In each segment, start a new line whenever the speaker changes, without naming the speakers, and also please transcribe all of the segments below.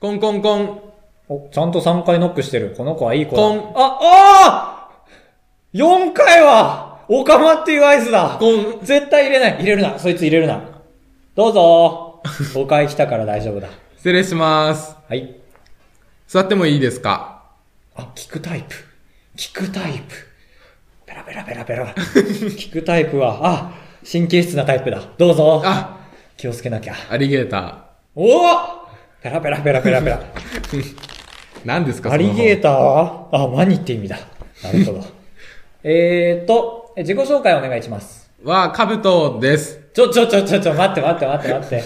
コンコンコン。
お、ちゃんと3回ノックしてる。この子はいい子だ。
コン
あ、ああ !4 回は、オカマっていう合図だ。
コン。
絶対入れない。入れるな。そいつ入れるな。どうぞ。5回来たから大丈夫だ。
失礼します。
はい。
座ってもいいですか
あ、聞くタイプ。聞くタイプ。ペラペラペラペラ。 聞くタイプは、あ、神経質なタイプだ。どうぞ。
あ、
気をつけなきゃ。
アリゲータ
おおペラペラペラペラペラ。
ー。何ですか
アリゲー
タ
ターはあ、ワニって意味だ。なるほど。 えーと、え自己紹介お願いします。
ー。は、カブトです。
ちょ、ちょ、ちょ、ちょ、ちょ、待って待って待って待っ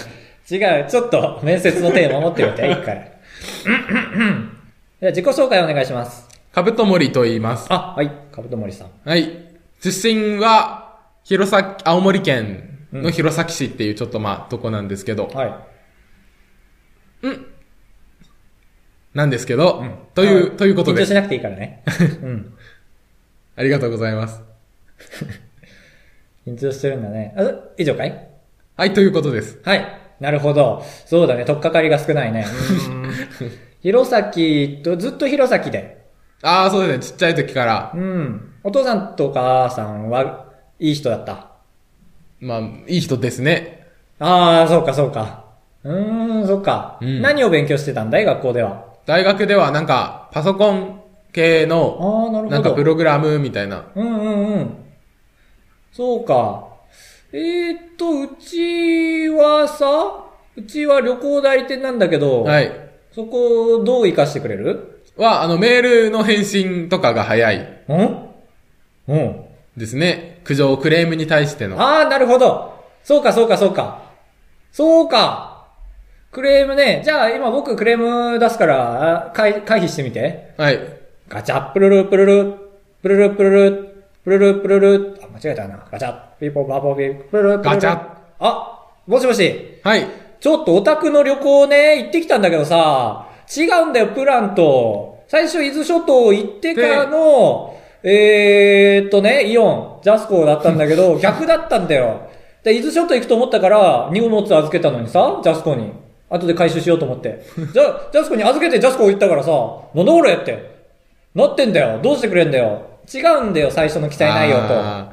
て。違う、ちょっと面接のテーマ持ってみて、一回。うんうんうんじゃあ自己紹介お願いします。
カブトモリと言います。
あ、はい、かぶともりさん。
はい。出身は、弘前、青森県の弘前市っていうちょっとまあ、とこなんですけど、
はい。
なんですけど、
ん
という、
は
ということ
緊
で
張し、なくていいから ね。うん。
ありがとうございます。
緊張してるんだね。あ、以上かい
はい、ということです。
はい。なるほど。そうだね。取っかかりが少ないね。 弘前と、ずっと弘前で。
ああ、そうですね。ちっちゃい時から、
うん。お父さんとお母さんは、いい人だった。
まあ、いい人ですね。
ああ、そうか、そうか。うーん、そうか、
うん
何を勉強してたんだい学校では。
大学ではなんか、パソコン系の、
ああ、なるほど。
なんかプログラムみたいな。
うんうんうん。そうか。えー、っと、うちはさ、うちは旅行代理店なんだけど、
はい。
そこをどう活かしてくれる
は、あの、メールの返信とかが早い
んうん。
ですね。苦情、クレームに対しての。
ああ、なるほど。そうか、そうか、そうか。そうか。クレームね。じゃあ今僕クレーム出すから、あ回回避してみて。
はい。
ガチャ、プルルプルル、プルルプルル、プルルプルル、あ、間違えたな。ガチャ、ピーポーバーボービー、プルルプルル。
ガチャ。
あ、もしもし。
はい。
ちょっとオタクの旅行ね、行ってきたんだけどさ、違うんだよ、プランと。最初、伊豆諸島行ってからの、えーっとね、イオン、ジャスコだったんだけど、逆だったんだよ。で、伊豆諸島行くと思ったから、荷物預けたのにさ、ジャスコに。後で回収しようと思って。じゃ、ジャスコに預けてジャスコ行ったからさ、なんだこれって。なってんだよ。どうしてくれんだよ。違うんだよ、最初の期待内容と。あ
あー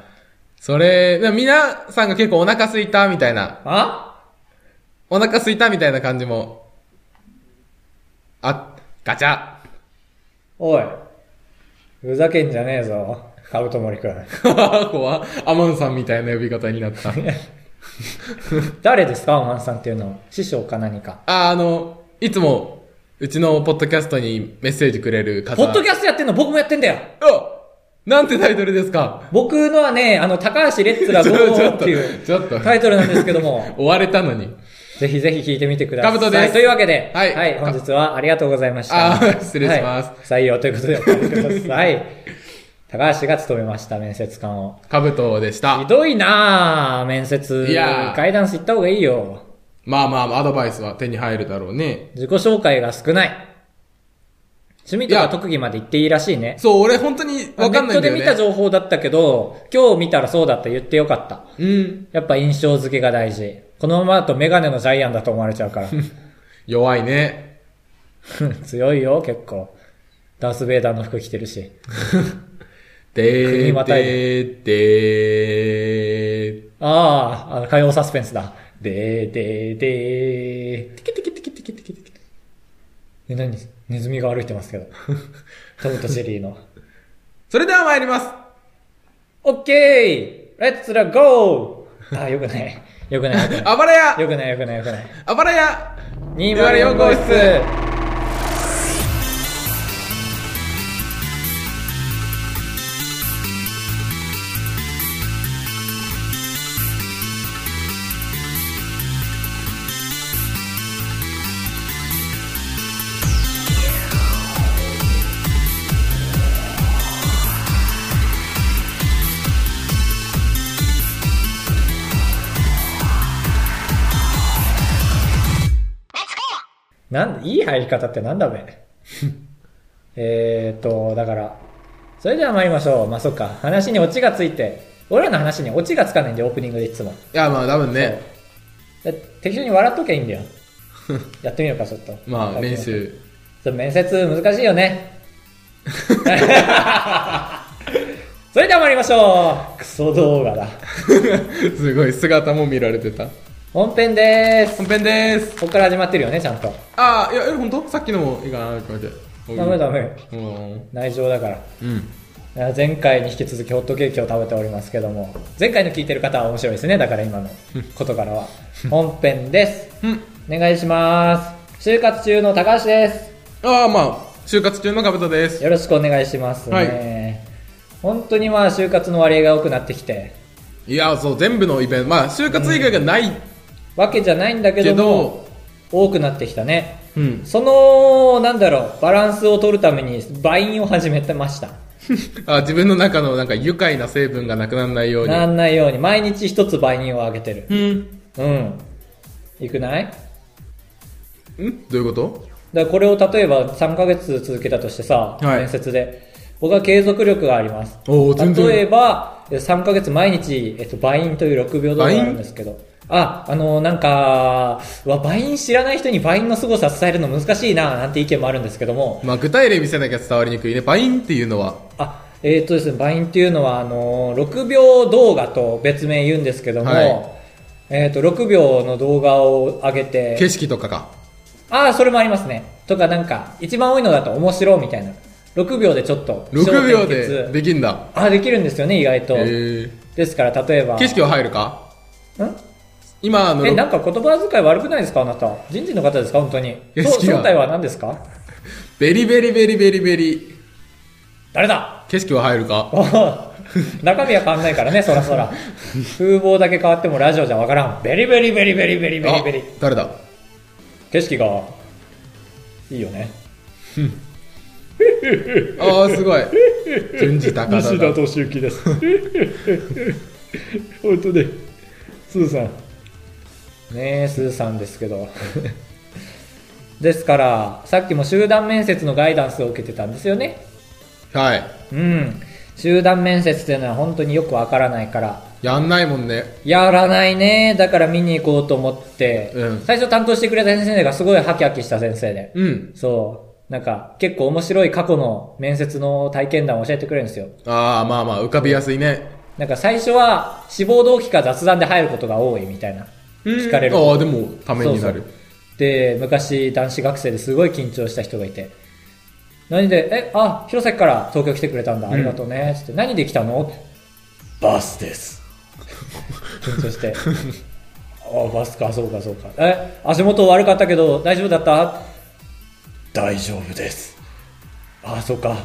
それ、でも皆さんが結構お腹空いたみたいな、お腹空いたみたいな感じも、あ、ガチャ。
おい。ふざけんじゃねえぞ。カブトモリくん。
怖っアマンさんみたいな呼び方にな った。
誰ですかアマンさんっていうのは。師匠か何か。
あ、あの、いつも、うちのポッドキャストにメッセージくれる方。
ポッドキ
ャ
ャストやってんの僕もやってんだよ
ストなんてタイトルですか
僕のはね、あの、高橋レッツラゴ
ちょっ
ーっ
と
ていう
ちょっと
タイトルなんですけど も、
追われたのに。
ぜひぜひ聞いてみてください。
カブトです
というわけで、
はい
本日はありがとうございました。
あー失礼します
はい、採用ということでお帰りください。高橋が務めました、面接官を。
カブトでした
ひ。どいなぁ、面接。
いやー
ガイダンス行った方がいいよ。
まあまあ、アドバイスは手に入るだろうね。
自己紹介が少ない。趣味と
い
か
や
特技まで行っていいらしいね。
そう、俺本当にわかんないんだよね。
ネットで見た情報だったけど、今日見たらそうだった言ってよかった。
うん。
やっぱ印象付けが大事。このままだとメガネのジャイアンだと思われちゃうから。
弱いね。
強いよ、結構。ダース・ベイダーの服着てるし。
で
国
ー
またい
でーでー。
ああ、あの火曜サスペンスだ。でーでーでー。テキテキテキテキテキテキ。え、何ネズミが歩いてますけど。トムとジェリーの。
それでは参ります。
オッケーレッツラゴーあー、よくない。よくない、よくない。
暴れや
よくない、よくない、よくない。
暴れや
204号室なん、いい入り方ってなんだべ。 えーと、だから、それでは参りましょう。まあ、そっか。話にオチがついて、俺らの話にオチがつかないんで、オープニングでいつも。
いや、まあ多分ね。
だ適当に笑っときゃいいんだよ。やってみようか、ちょっと。
まあ、練。 習。
ちょっと面接難しい よね。それでは参りましょう。クソ動画だ。
すごい、姿も見られてた。
本編でーす。
本編でーす。
ここから始まってるよね、ちゃんと。
ああ、いや、え、ほんとさっきのもいいかなってって。
ダメダメ。
うん。
内情だから。
うん。
いや前回に引き続きホットケーキを食べておりますけども、前回の聞いてる方は面白いですね。だから今のことからは。本編です。
うん。
お願いします。就活中の高橋です。
ああ、まあ、就活中のカブトです。
よろしくお願いしますね。
は
本当にまあ就活の割合が多くなってきて、
いや、そう、全部のイベント、まあ、就活以外がない
わけじゃないんだけ
け
ども、
ど、
多くなってきたね。
うん。
その、なんだろう、バランスを取るために、バインを始めてました。
あ自分の中のなんか愉快な成分がなくならないように。
なんないように、毎日一つバインをあげてる。
うん。
うん。いくない
んどういうこと
だからこれを例えば3ヶ月続けたとしてさ、
はい
面接で。僕は継続力があります。
おー全然
例えば、え3ヶ月毎日、えっと、バインという6秒動画があるんですけど。あ、あのなんか、うわ、バイン知らない人にバインの凄さ伝えるの難しいな、なんて意見もあるんですけども。
まあ、具体例見せなきゃ伝わりにくいね。バインっていうのは。
あ、えっとですね、バインっていうのは、あの6秒動画と別名言うんですけども、
はい
えっと、6秒の動画を上げて、
景色とかか。
ああ、それもありますね。とかなんか、一番多いのだと面白みたいな。6秒でちょっと。
6秒
焦
で
点結
できんだ。
あ、できるんですよね、意外と。
え
ですから、例えば。
ー、景色は入るか
ん
今の
え、な
ろ
んか言葉遣い悪くないですかあなた。人事の方ですか本当に。
や
そ
好きだ
正体は何ですか
ベリベリベリベリベリ
誰だ
景色は入るか
おう 中身は変わんないからね、そ らそら。風貌だけ変わってもラジオじゃわからん。ベリベリベリベリベリベリベリ
あ。誰だ
景色が、いいよね。
ああす ごい順次高田
西田
だ
敏行です 本当ねスーさんねえスーさんですけどですからさっきも集団面接のガイダンスを受けてたんですよね
はい
うん集団面接っていうのは本当によくわからないから
やんないもんね
やらないねだから見に行こうと思って、
うん
最初担当してくれた先生がすごいハキハキした先生で、
うん
そうなんか結構面白い過去の面接の体験談を教えてくれるんですよ
ああまあまあ浮かびやすいね
なんか最初は志望動機か雑談で入ることが多いみたいな。聞かれる。
ああでもためにな
そう
る
そうで、昔男子学生ですごい緊張した人がいて。何で、え、あ、弘前から東京来てくれたんだ。ありがとうね。つって、何で来たのバスです。緊張 して。あ、バスか、そうか、そうか。え、足元悪かったけど、大丈夫だった大丈夫です。あ、そうか。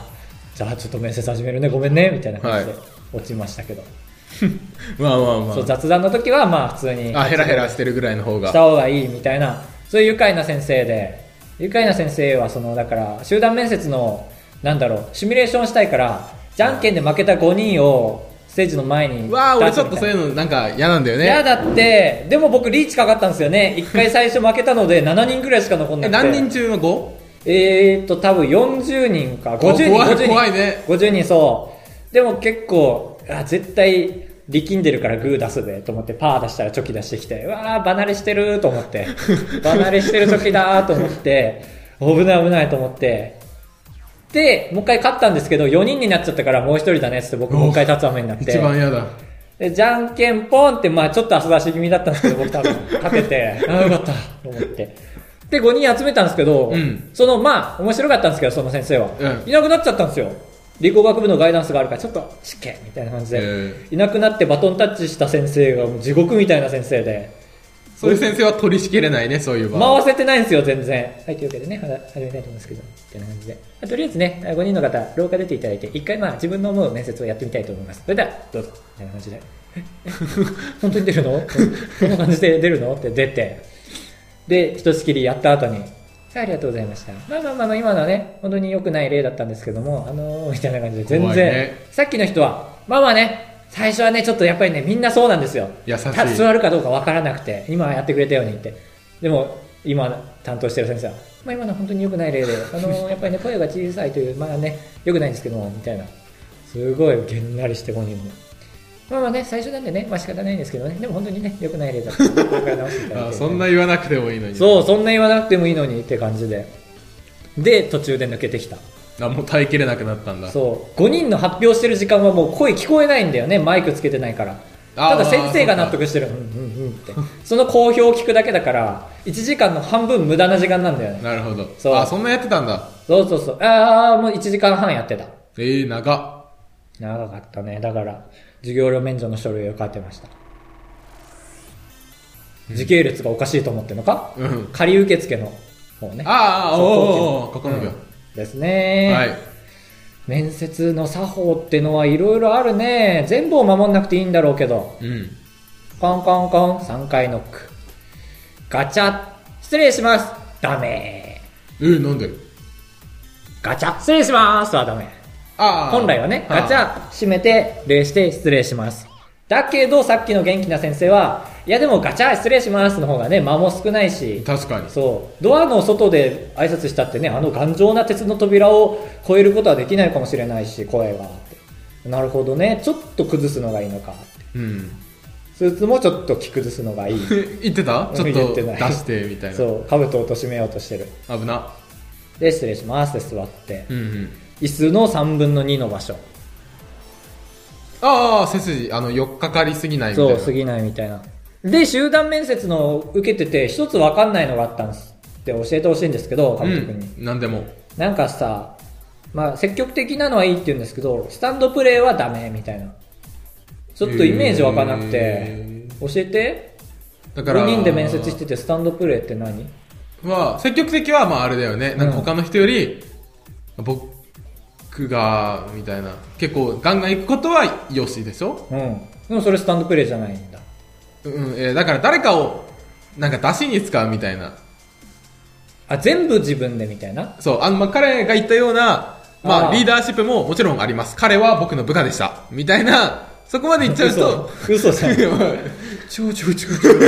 じゃあ、ちょっと面接始めるね。ごめんね。みたいな感じで
はい
落ちましたけど。
まあまあま
そう雑談の時はまあ普通に
ああヘラヘラしてるぐらいの方
し
が
た方がいいみたいなそういう愉快な先生で愉快な先生はそのだから集団面接のなんだろうシミュレーションしたいからじゃんけんで負けた5人をステージの前に立つみたい
わあ
な
俺ちょっとそういうのなんか嫌なんだよ
嫌
ね
だってでも僕リーチかかったんですよね1回最初負けたので7人ぐらいしか残んな
え
くて
何人中の 5?
えーっと多分40人か50
怖
人
い
50人
怖いね
50人そうでも結構あ絶対力んでるからグー出すべと思ってパー出したらチョキ出してきてうわー離れしてると思って 離れしてるチョキだーと思って危ない危ないと思ってでもう一回勝ったんですけど4人になっちゃったからもう一人だねっつって僕もう一回立つ雨になって
一番嫌だ
で、じゃんけんポンって、まあちょっと足出し気味だったんですけど、僕 多分、勝てて、ああ、よかった、と思って。で、5人集めたんですけど、
うん
その、まあ面白かったんですけど、その先生は。
うん
いなくなっちゃったんですよ。理工学部のガイダンスがあるから、ちょっと、失敬みたいな感じで、
え
いなくなってバトンタッチした先生が、もう地獄みたいな先生で、
そういう先生は取りしきれないねそういう場合
回せてないんですよ、全然。はい、というわけでね、は始めたいと思うんですけど、みたいな感じで。まあとりあえずね、5人の方、廊下出ていただいて、一回まあ自分の思う面接をやってみたいと思います。それでは、どうぞ、みたいな感じで。ええ 本当に出るのこんな感じで出るのって出て。で、ひとしきりやった後に、さあ、ありがとうございました。まあまあまあまあ、今のはね、本当に良くない例だったんですけども、あのー、みたいな感じで、全
怖い
然、
ね
さっきの人は、まあまあね、最初はね、ちょっとやっぱりね、みんなそうなんですよ。
優しい
た座るかどうかわからなくて、今やってくれたようにって。でも、今担当してる先生は、まあ今のは本当に良くない例で、 あのー、やっぱりね、声が小さいという、まあね、良くないんですけども、みたいな。すごいげんなりして5人も。まあまあね、最初なんでね、まあ仕方ないんですけどね、でも本当にね、良くない例だったので、ここから直していただい
あ
て。
そんな言わなくてもいいのに。
そう、そんな言わなくてもいいのにって感じで。で、途中で抜けてきた。
あ、もう耐えきれなくなったんだ。
そう。5人の発表してる時間はもう声聞こえないんだよね、マイクつけてないから。
あー
ただ先生が納得してる。うんうんうんって。その好評を聞くだけだから、1時間の半分無駄な時間なんだよね。
なるほど。
そう
あ、そんなやってたんだ。
そうそうそう。ああ、もう1時間半やってた。
ええー、長っ。
長かったね。だから、授業料免除の書類を買ってました。時系列がおかしいと思ってんのか、
うん。
仮受付の方ね。
ああ、
そう
おーおーおー、こ
当
こ
時
の
の
秒。
うんですね。
はい。
面接の作法ってのはいろいろあるね。全部を守んなくていいんだろうけど。
うん。
コンコンコン、3回ノック。ガチャ、失礼します。ダメ。
えー、なんで
ガチャ、失礼します。はダメ。
ああ。
本来はね、
あー
ガチ。ャ閉めて、礼して失礼します。だけど、さっきの元気な先生は、いやでもガチャ失礼しますの方がね、間も少ないし、
確かに。
そう、ドアの外で挨拶したってね、あの頑丈な鉄の扉を越えることはできないかもしれないし、声はって。なるほどね、ちょっと崩すのがいいのかって。
うん。
スーツもちょっと着崩すのがいい。
言ってたちょっ
言っ
と
て
出
ない
して、みたいな。
そう、兜を貶めようとしてる。
危な。
で、失礼しますで座って、
うんうん。
椅子の3分の2の場所。
ああ、背筋、あの、よっかかりすぎないみたい
そ
な。
う、過ぎないみたいな。で、集団面接の受けてて、一つ分かんないのがあったんです。で、教えてほしいんですけど、
う
監督に。
ん。なんでも。
なんかさ、まあ、積極的なのはいいって言うんですけど、スタンドプレーはダメ、みたいな。ちょっとイメージ分かんなくて、
へ
教えて
ー。だから、
?5 人で面接してて、スタンドプレーって何
は、積極的は、まああれだよね。なんか他の人より、僕が、みたいな。結構、ガンガン行くことは、よしでしょ
うん。でもそれスタンドプレーじゃないんだ。
うん、えーだから誰かを、なんか出しに使うみたいな。
あ、全部自分でみたいな。
そう、あの、まあ、彼が言ったような、ま
あ
あ、
ー
リーダーシップももちろんあります。彼は僕の部下でした。みたいな、そこまで言っちゃうと、
嘘嘘 じゃん。
ちょちょちょちょ。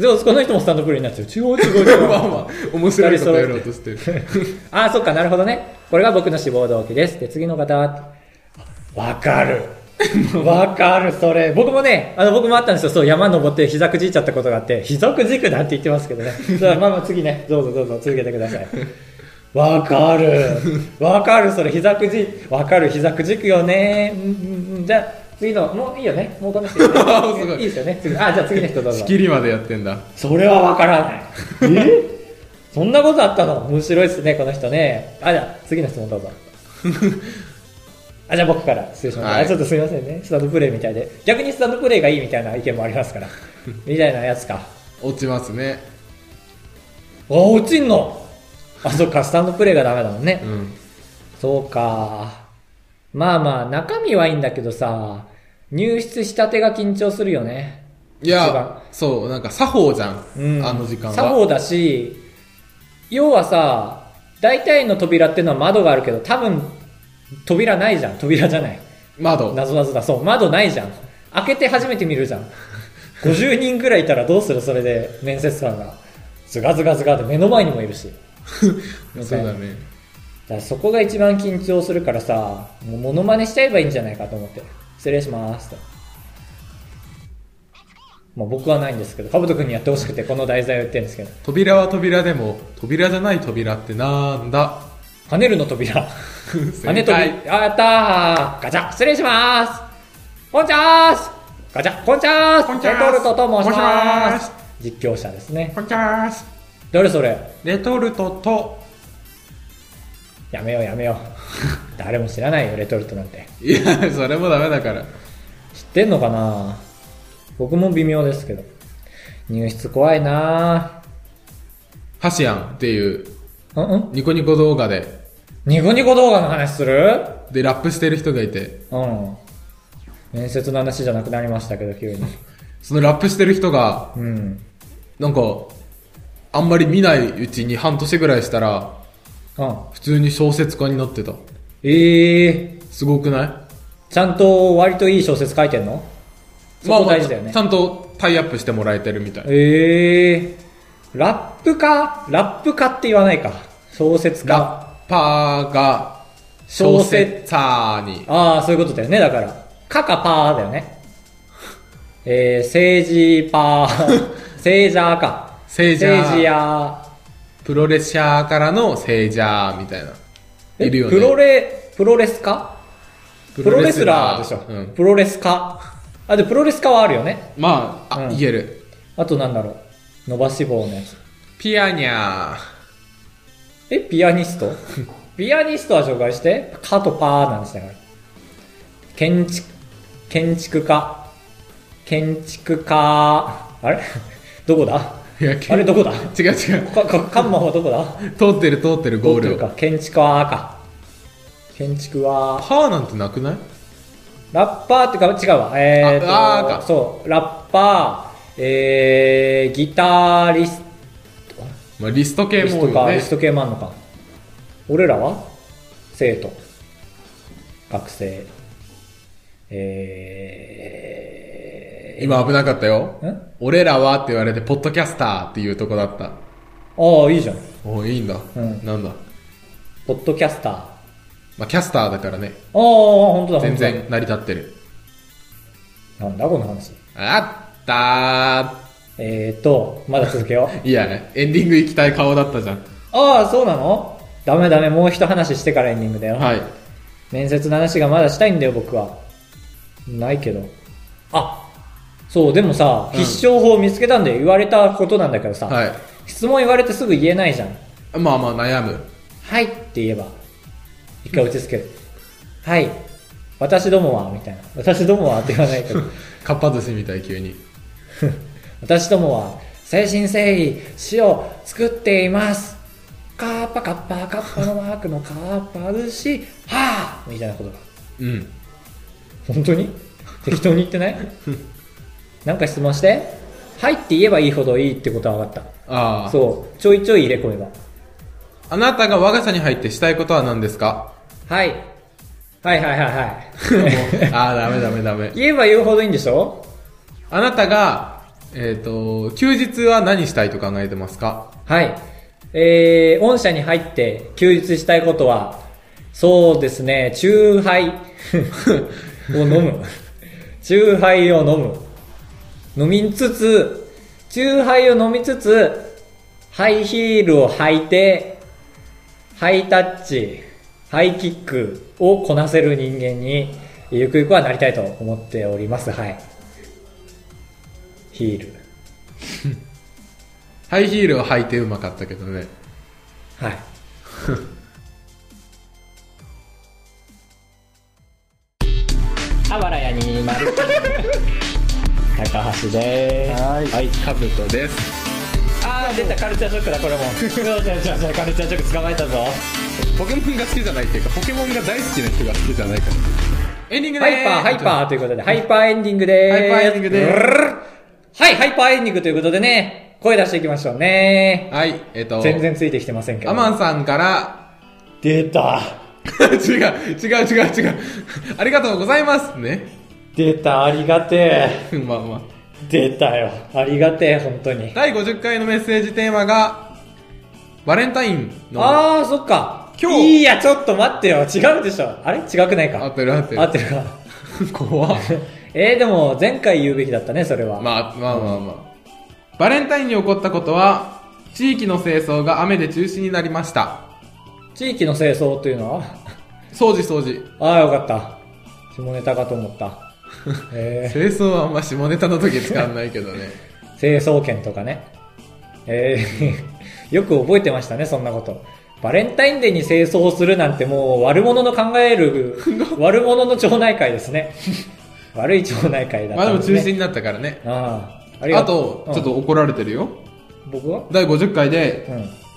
でも、この人もスタンドプレーになっちゃう。違う違う違 う。
まあまあ、面白いことやろうとしてる。
ああ、そっか、なるほどね。これが僕の志望動機です。で、次の方。あわ かる。わかる、それ。僕もね、あの、僕もあったんですよ。そう、山登って膝くじいちゃったことがあって、膝くじくなんて言ってます けどね。そうまあまあ次ね、どうぞどうぞ続けてください。わかる。わかる、それ。膝くじ、わかる、膝くじくよね。うんうんうん。じゃあ、次の、もういいよね。もうこの人 いいよ
す
ね
ごい
いいですよね。次。あ、じゃあ次の人どうぞ
仕。切りまでやってんだ。
それはわからない。えそんなことあったの面白いですね、この人ね。あ、じゃあ、次の質問どうぞ。あ、じゃあ僕から失礼します。
はい
あちょっとすみませんね。スタンドプレーみたいで。逆にスタンドプレーがいいみたいな意見もあ りますから。みたいなやつか。あ、
落ちますね。
落ちんのあ、そっか、スタンドプレーがダメだもんね
う。ん。
そうか。まあまあ、中身はいいんだけどさ、入室したてが緊張するよね。
い
一番
や、そう、なんか作法じゃん。
うん
あの時間は。
作法だし要はさ大体の扉っていうのは窓があるけど多分扉ないじゃん扉じゃない
窓。
謎謎だそう窓ないじゃん開けて初めて見るじゃん 50人ぐらいいたらどうするそれで面接官がズガズガズガって目の前にもいるしみ
そ
た
う
いな
だね。
だからそこが一番緊張するからさもうモノマネしちゃえばいいんじゃないかと思って失礼しますと、まあ、僕はないんですけどかぶと君にやってほしくてこの題材を言ってるんですけど
扉は扉でも、扉じゃない扉ってなんだ
パネルの扉。パ
正
ネル
解
扉。 あやったー。ガチャ、失礼しまーす。こんちゃーす。ガチャ、こんちゃーす。
こんちゃーす
レトルトと申し
申
ま
しますす。
実況者ですね。
ポチャース
どれそれ
レトルトと、
やめようやめよう。 誰も知らないよ、レトルトなんて。
いや、それもダメだから。
知ってんのかな僕も微妙ですけど。入室怖いな
ハシアンっていう、
ー。うんうん
ニコニコ動画で、
ニコニコ動画の話する
で、ラップしてる人がいて、
うん。面接の話じゃなくなりましたけど、急に。
そのラップしてる人が、
うん。
なんか、あんまり見ないうちに半年ぐらいしたら、
うん。
普通に小説家になってた。
ええー。
すごくない
ちゃんと割といい小説書いてんのそこ大事だよね。
ちゃんとタイアップしてもらえてるみたい。
ええー。ラップかラップかって言わないか。小説家。
ラッパーが、
小
小
説
説家に。
ああ、そういうことだよね、だから。カカパーだよね。えー、政治パー、政治アーか。
セイジャ
政治
ー。
ア
プロレッシャーからのセイジャーみたいな。
ー。
いるよね。
プロレ、プロレスかプロレスラーでしょ。
うん。
プロレスカあ、で、プロレスカはあるよね。
まあ、あ、
うん
言える。
あとなんだろう。伸ばし棒のやつ。
ピアニャー。
え、ピアニス トピアニストは紹介して、カとパーなんですだから。建築、建築家。建築家。あれ どこだ
いや、
あれどこだ
違う違う。
か、か、カンマはどこだ
通ってる通って るゴー
どう
ル
いう
を。
か。建築家か。建築は、
パーなんてなくない
ラッパーってか、違うわ。えーと、
ああーか
そう、ラッパー、えー、ギタリス
まあ、リスト系
リス
も多
ト
いよ
か、リ
ね
ス。ト系もあんのか。俺らは生徒。学生。えー、
今危なかったよ
ん。
俺らはって言われて、ポッドキャスターっていうとこだった。
ああ、いいじゃん。
おいいんだ。
うん
なんだ。
ポッドキャスター。あ
まあ、キャスターだからね。
あ、ほんとだ、ほんとだ。
全然成り立ってる。
なんだ、この話。
あった
えーと、まだ続けよう。
ー。いやね、エンディング行きたい顔だったじゃん。
ああ、そうなのダメダメ、もう一話してからエンディングだよ。
はい。
面接の話がまだしたいんだよ、僕は。ないけど。あそう、でもさ、
うん
必勝法を見つけたんで言われたことなんだけどさ、
はい。
質問言われてすぐ言えないじゃん。
まあまあ悩む。
はいって言えば、一回落ち着ける。はい。私どもは、みたいな。私どもはって言わないけど。
かっぱ寿司みたい急に。
私どもは精神誠意死を作っていますカッパカッパカッパのマークのカッパ寿司はあみたいなことが
うん。
本当に適当に言ってないなんか質問してはいって言えばいいほどいいってことは分かっ
あ
た
あ。
そうちょいちょい入れ込めば
あなたが我が社に入ってしたいことは何です か
はいはいはいはい
もう
はい
ああ、ダメダメダメ。
言えば言うほどいいんでしょ
あなたが、えっ、と、休日は何したいと考えてますか
はい。えー、御社に入って休日したいことは、そうですね、チューハイ を飲む。チューハイを飲む。飲みつつ、チューハイを飲みつつ、ハイヒールを履いて、ハイタッチ、ハイキックをこなせる人間に、ゆくゆくはなりたいと思っております。はい。ヒール。
ハイヒールを履いてうまかったけどね。
はい。あばらやにまる。高橋でーす。
はい。はい、カブトです。
あー出たカルチャーショックだこれも。そうそうそうそうカルチャーショック捕まえたぞ。
ポケモンが好きじゃないっていうか、ポケモンが大好きな人が好きじゃないから。エンディングで
ハ
ー
イパーハイパーということでハイパーエンディングでーす。
ハイパーエンディングでーす
ブルルルはいハイパーエンディングということでね声出していきましょうね。
はい、えっ、と、
全然ついてきてませんけど。
アマンさんから、
出た
違う、違う、違う、違う。ありがとうございますね。
出たありがて
まあまあ。
え出たよありがてえ本当に。
第50回のメッセージテーマが、バレンタインの。
ああ、そっか。
今
今
日
日。いや、ちょっと待ってよ。違うでしょ。あれ違くないか。
合ってる合ってる
合ってるか。
怖っ
えー、でも、前回言うべきだったね、それは。
まあまあまあまあ。バレンタインに起こったことは、地域の清掃が雨で中止になりました。
地域の清掃というのは
掃除掃除。
ああ、よかった。下ネタかと 思った。え
清掃はあんま下ネタの時使わないけどね。
ー、清掃券とかね。えー、 よく覚えてましたね、そんなこと。バレンタインデーに清掃するなんてもう悪者の考 える、悪者の町内会ですね。 悪い町内会だっ
まあ
た
で
ん
も
です
中
ね。
止になったからね。
ああ、ありが
あ
と
と
う。、
ちょっと怒られてるよ。
うん、僕は
第50回で、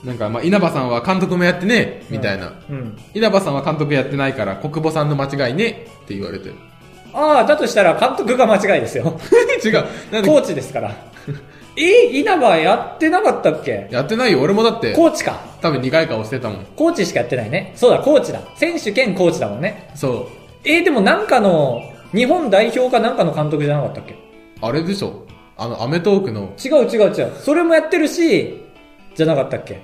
うん。
なんか、まあ、稲葉さんは監督もやってね、みたいな。
うん。
稲葉さんは監督やってないから、国母さんの間違いね、って言われてる。
ああ、だとしたら監督が間違いですよ。
違う。なん
コ
で
ーチですから。 え稲葉やってなかったっけ
やってないよ。俺もだって、
コーチか。
多分苦い顔してたもん。
コーチしかやってないね。そうだ、コーチだ。選手兼コーチだもんね。
そう。
えー、でもなんかの、日本代表かなんかの監督じゃなかったっけ
あれでしょあの、アメトークの。
違う違う違う。それもやってるし、じゃなかったっけ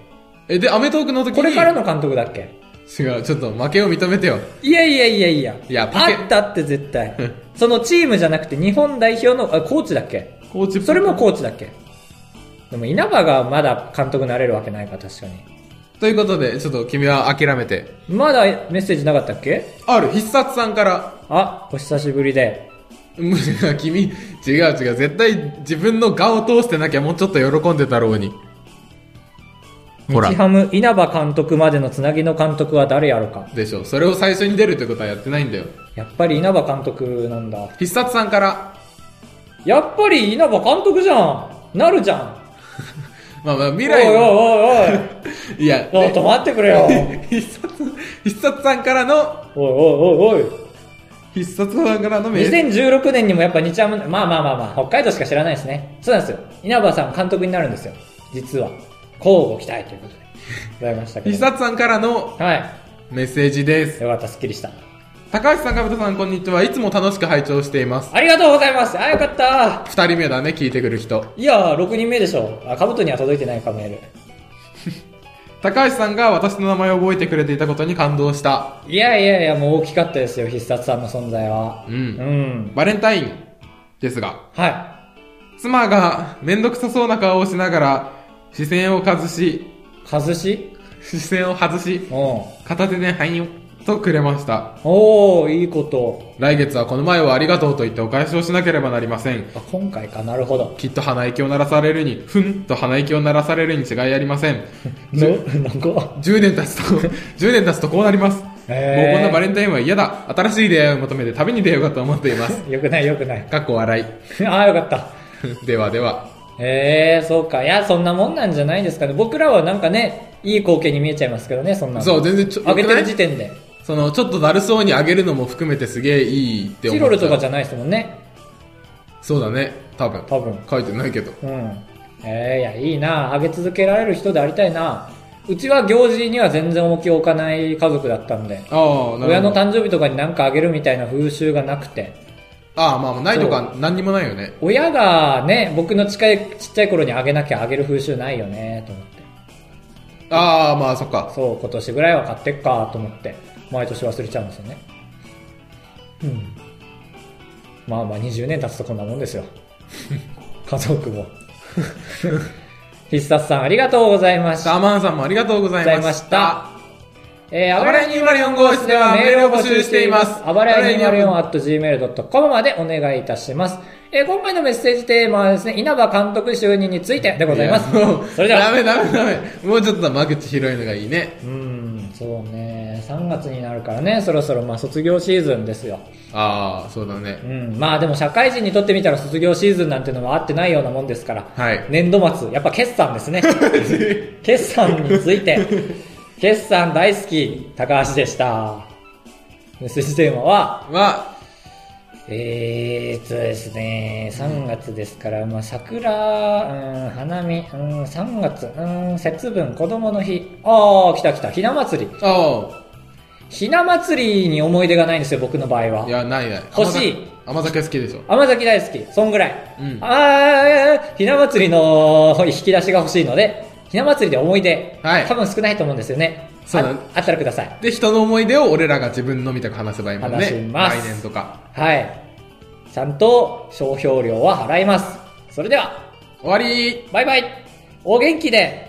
え、で、アメトークの時に。
これからの監督だっけ
違う、ちょっと負けを認めてよ。
いやいやいやいや。
いやパケ
あったって 絶対
うん。
そのチームじゃなくて日本代表の、あ、コーチだっけ
コーチ
それもコーチだっけでも稲葉がまだ監督になれるわけないか、確かに。
ということで、ちょっと君は諦めて。
まだメッセージなかったっけ
ある、必殺さんから。
あ、お久しぶりで。
むしろ君、違う違う、絶対自分の顔を通してなきゃもうちょっと喜んでたろうに。ほら
日。ハム、稲葉監督までのつなぎの監督は誰やろか。
でしょ。それを最初に出るってことはやってないんだよ。
やっぱり稲葉監督なんだ。
必殺さんから。
やっぱり稲葉監督じゃんなるじゃん
まあまあ、未
おい
来の。
お いおい
いや、
おいちょっと待ってくれ よおい
必殺、必殺さんからの、
おいおいおい
必殺さんからのメッセージ。
2016年にもやっぱ日ハム、まあまあまあまあ、北海道しか知らないですね。そうなんですよ。稲葉さん監督になるんですよ。実は。交互期待ということで。ございましたけ
必
ど。
殺さんからの
はい。
メッセージです。
よかった、すっきりした。
高橋さん、かぶとさん、こんにちは。いつも楽しく拝聴しています。
ありがとうございますあ、よかった
二人目だね、聞いてくる人。
いやー、6人目でしょ。あ、カブトには届いてないか、メール。
高橋さんが私の名前を覚えてくれていたことに感動した。
いやいやいや、もう大きかったですよ、必殺さんの存在は。
う。
うんん。
バレンタインですが、
は
妻がめんどくさそうな顔をしながら、視線を外し、
い。外し
視線を外し、
うん。
片手ではいよとくれました。
おー、いいこと。
来月はこの前はありがとうと言ってお返しをしなければなりません。
あ、今回か、なるほど。
きっと鼻息を鳴らされるに、ふんと鼻息を鳴らされるに違いありませ ん。
の、なんか、
10年経つと、10年経 つとこうなります。
へー
もうこんなバレンタインは嫌だ。新しい出会いを求めて旅に出ようかと思っています。
よくないよくない。
かっこ笑
あー、よかった。
い。ではでは。
ええそうか。いや、そんなもんなんじゃないですかね。僕らはなんかね、いい光景に見えちゃいますけどね、そんなの
そう、全然ちょ、
上げて
よ
る
くな
時
い
点で。
その、ちょっとだるそうに上げるのも含めてすげえいいって思
チ
う。
ロルとかじゃないですもんね。
そうだね、多分。
多分。
書いてないけど。
うん。ええいや、いいな。上げ続けられる人でありたいな。うちは行事には全然重きを置かない家族だったんで。
ああ、なるほど。
親の誕生日とかになんかあげるみたいな風習がなくて。
ああ、まあまあ、ないとか何にもないよね。
親がね、僕の近い、ちっちゃい頃にあげなきゃあげる風習ないよね、と思って。
ああ、まあ、そっか。
そう、今年ぐらいは買ってっかと思って、毎年忘れちゃうんですよね。うん。まあまあ20年経つとこんなもんですよ。 家族も。 必殺さんありがとうございました。
ダーマンさんもありがとうございました。
ございましたえー、
あ
あ
ば
ば
れ
れ
や204号室ではメールを募集しています。
あばれや
204
204 at gmail.com までお願いいたします。えー、今回のメッセージテーマはですね、稲葉監督就任についてでございます
やもう。
それでは
ダ。メダメダメ。もうちょっと間口広いのがいいね。
うん、そうね。3月になるからね、そろそろまあ卒業シーズンですよ。
ああ、そうだね
う。ん、まあでも社会人にとってみたら卒業シーズンなんてのは合ってないようなもんですから、
はい。
年度末、やっぱ決算ですね。決算について、決算大好き、高橋でした。メッセージテーマは、
は、
えーっとですね、3月ですから、まあ、桜、うん、花見、うん、3月、うん、節分、子供の日、ああ、来た来た、ひな祭り。
あ
ひな祭りに思い出がないんですよ、僕の場合
あ、い
は。
や、ないない。
欲しい
甘酒。甘酒好きでしょ。
甘酒大好き。そんぐらい。
うん
あー、ひな祭りの引き出しが欲しいので、ひな祭りで思い出。
はい
多分少ないと思うんですよね。
そうだ
ああったらください。
で、人の思い出を俺らが自分のみたく話せばいいもんね。
話します
来年とか。
はい。ちゃんと商標料は払います。それでは、
終わり
バイバイ。お元気で。